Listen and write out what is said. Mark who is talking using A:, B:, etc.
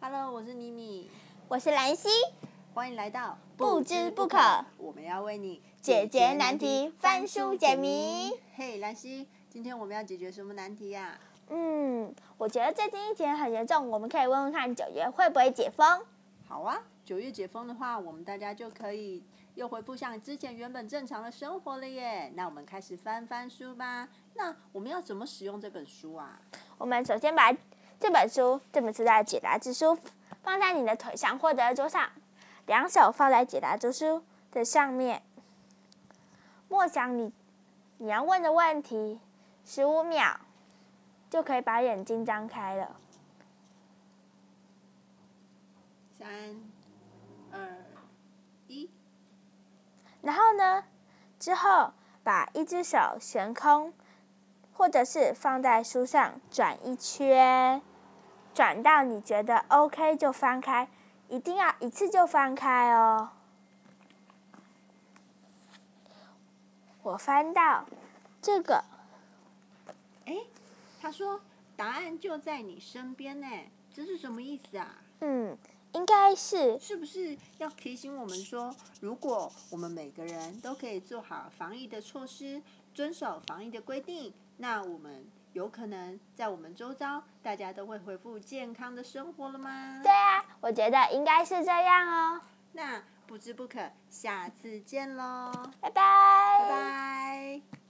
A: Hello，我是米米，
B: 我是兰溪，
A: 欢迎来到
B: 不知不可
A: 我们要为你
B: 解决难题翻书解谜。
A: 嘿，兰溪，今天我们要解决什么难题呀、
B: 嗯，我觉得最近疫情很严重，我们可以问问看九月会不会解封。
A: 好啊，九月解封的话，我们大家就可以又恢复像之前原本正常的生活了耶。那我们开始翻翻书吧。那我们要怎么使用这本书啊？
B: 我们首先把这本书，这本书叫《解答之书》，放在你的腿上或者桌上，两手放在解答之书的上面。默想你你要问的问题，十五秒就可以把眼睛张开了。
A: 三、二、一。
B: 然后呢，之后把一只手悬空，或者是放在书上转一圈，转到你觉得 OK 就翻开，一定要一次就翻开哦。我翻到这个，
A: 哎，他说答案就在你身边呢，这是什么意思啊？
B: 嗯，应该是
A: 是不是要提醒我们说，如果我们每个人都可以做好防疫的措施，遵守防疫的规定，那我们有可能在我们周遭，大家都会恢复健康的生活了吗？
B: 对啊，我觉得应该是这样哦。
A: 那不知不可，下次见喽，
B: 拜拜，
A: 拜拜。